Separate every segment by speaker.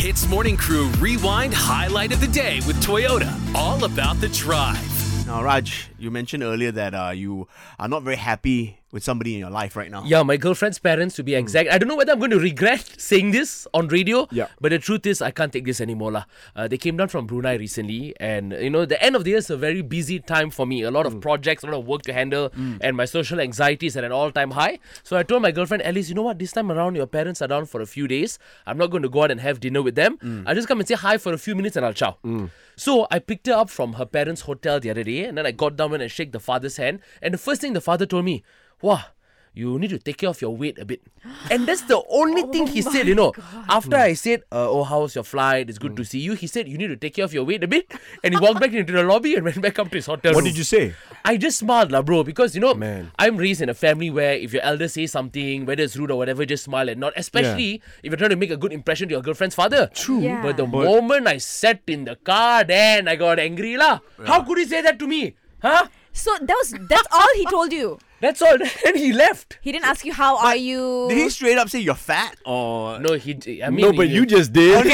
Speaker 1: Hits Morning Crew Rewind Highlight of the Day with Toyota. All about the drive.
Speaker 2: Now, Raj, you mentioned earlier that uh, you are not very happy with somebody in your life right now.
Speaker 3: Yeah, my girlfriend's parents, to be exact. I don't know whether I'm going to regret saying this on radio,
Speaker 2: Yeah.
Speaker 3: but the truth is, I can't take this anymore. lah. Uh, they came down from Brunei recently, and you know, the end of the year is a very busy time for me. A lot of projects, a lot of work to handle, and my social anxiety is at an all time high. So I told my girlfriend, Alice, you know what? This time around, your parents are down for a few days. I'm not going to go out and have dinner with them. I'll just come and say hi for a few minutes and I'll chow. So I picked her up from her parents' hotel the other day, and then I got down and I shake the father's hand. And the first thing the father told me, wow you need to take care of your weight a bit. And that's the only thing he said, you know. After I said, uh, oh, how's your flight? It's good to see you. He said, you need to take care of your weight a bit. And he walked back into the lobby and went back up to his hotel
Speaker 4: What
Speaker 3: room.
Speaker 4: did you say?
Speaker 3: I just smiled, lah, bro, because you know,
Speaker 4: Man.
Speaker 3: I'm raised in a family where if your elder says something, whether it's rude or whatever, just smile and not, especially if you're trying to make a good impression to your girlfriend's father. True.
Speaker 5: Yeah.
Speaker 3: But the moment I sat in the car, then I got angry, lah. How could he say that to me? Huh?
Speaker 5: So that was that's all he told you.
Speaker 3: That's all. And he left.
Speaker 5: He didn't ask you how are you.
Speaker 2: Did he straight up say you're fat or?
Speaker 3: No, he. I mean,
Speaker 4: No, but
Speaker 3: he-
Speaker 4: you just did.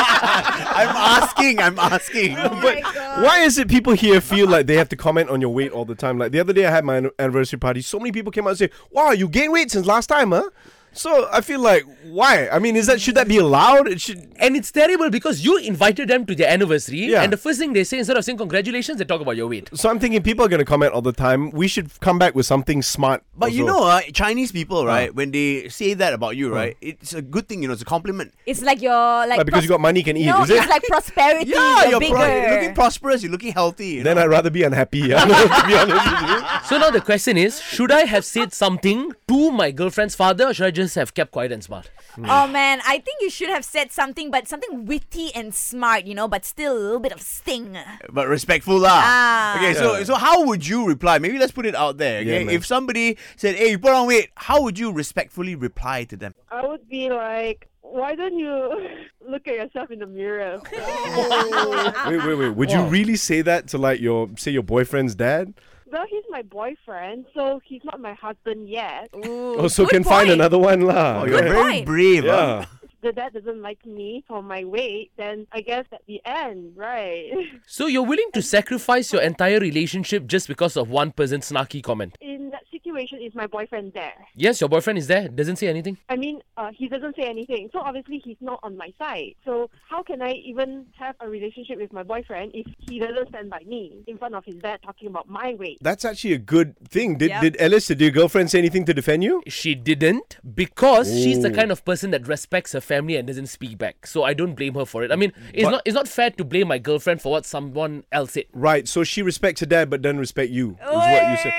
Speaker 2: I'm asking. I'm asking.
Speaker 5: Oh
Speaker 4: But why is it people here feel like they have to comment on your weight all the time? Like the other day, I had my an- anniversary party. So many people came out and say, "Wow, you gained weight since last time, huh?" So I feel like, why? I mean, is that should that be allowed? It should.
Speaker 3: And it's terrible because you invited them to their anniversary,
Speaker 4: Yeah.
Speaker 3: and the first thing they say instead of saying congratulations, they talk about your weight.
Speaker 4: So I'm thinking people are going to comment all the time. We should come back with something smart.
Speaker 2: But you know,
Speaker 4: also. Uh.
Speaker 2: uh, Chinese people, right? When they say that about you, right? It's a good thing, you know. It's a compliment.
Speaker 5: It's like your like.
Speaker 4: Like, because you got money, you can eat.
Speaker 5: No,
Speaker 4: is it?
Speaker 5: it's like prosperity.
Speaker 2: Yeah, you're,
Speaker 5: bigger.
Speaker 2: pro- you're looking prosperous. You're looking healthy. You
Speaker 4: then
Speaker 2: know?
Speaker 4: I'd rather be unhappy. yeah, to be honest with you.
Speaker 3: So now the question is should I have said something to my girlfriend's father, or should I just have kept quiet and smart?
Speaker 5: Oh man, I think you should have said something, but something witty and smart, you know, but still a little bit of sting.
Speaker 2: but respectful lah.
Speaker 5: Ah.
Speaker 2: Okay, so
Speaker 4: Yeah.
Speaker 2: so how would you reply? Maybe let's put it out there.
Speaker 4: Yeah,
Speaker 2: Okay,
Speaker 4: man.
Speaker 2: if somebody said, "Hey, you put on weight," how would you respectfully reply to them?
Speaker 6: I would be like, why don't you look at yourself in the mirror?
Speaker 4: Wait, wait, wait. Would you really say that to like your say your boyfriend's dad?
Speaker 6: well, he's my boyfriend, so he's not my husband yet.
Speaker 4: Oh, so
Speaker 5: good
Speaker 4: can find
Speaker 5: point.
Speaker 4: another one lah.
Speaker 2: Oh, you're
Speaker 5: Good
Speaker 2: very
Speaker 5: point.
Speaker 2: brave. huh?
Speaker 4: yeah.
Speaker 6: The dad doesn't like me for my weight, then I guess at the end, right?
Speaker 3: So you're willing to sacrifice your entire relationship just because of one person's snarky comment.
Speaker 6: in that situation, is my boyfriend there?
Speaker 3: Yes, your boyfriend is there, doesn't say anything.
Speaker 6: I mean, uh, he doesn't say anything, so obviously he's not on my side. So how can I even have a relationship with my boyfriend if he doesn't stand by me in front of his dad talking about my weight?
Speaker 4: That's actually a good thing. Did
Speaker 5: Yep.
Speaker 4: did Alice, did your girlfriend say anything to defend you?
Speaker 3: She didn't because she's the
Speaker 4: Ooh.
Speaker 3: kind of person that respects her family and doesn't speak back. So I don't blame her for it. I mean, it's
Speaker 4: But-
Speaker 3: not it's not fair to blame my girlfriend for what someone else said.
Speaker 4: Right. So she respects her dad, but doesn't respect you. Is what you said.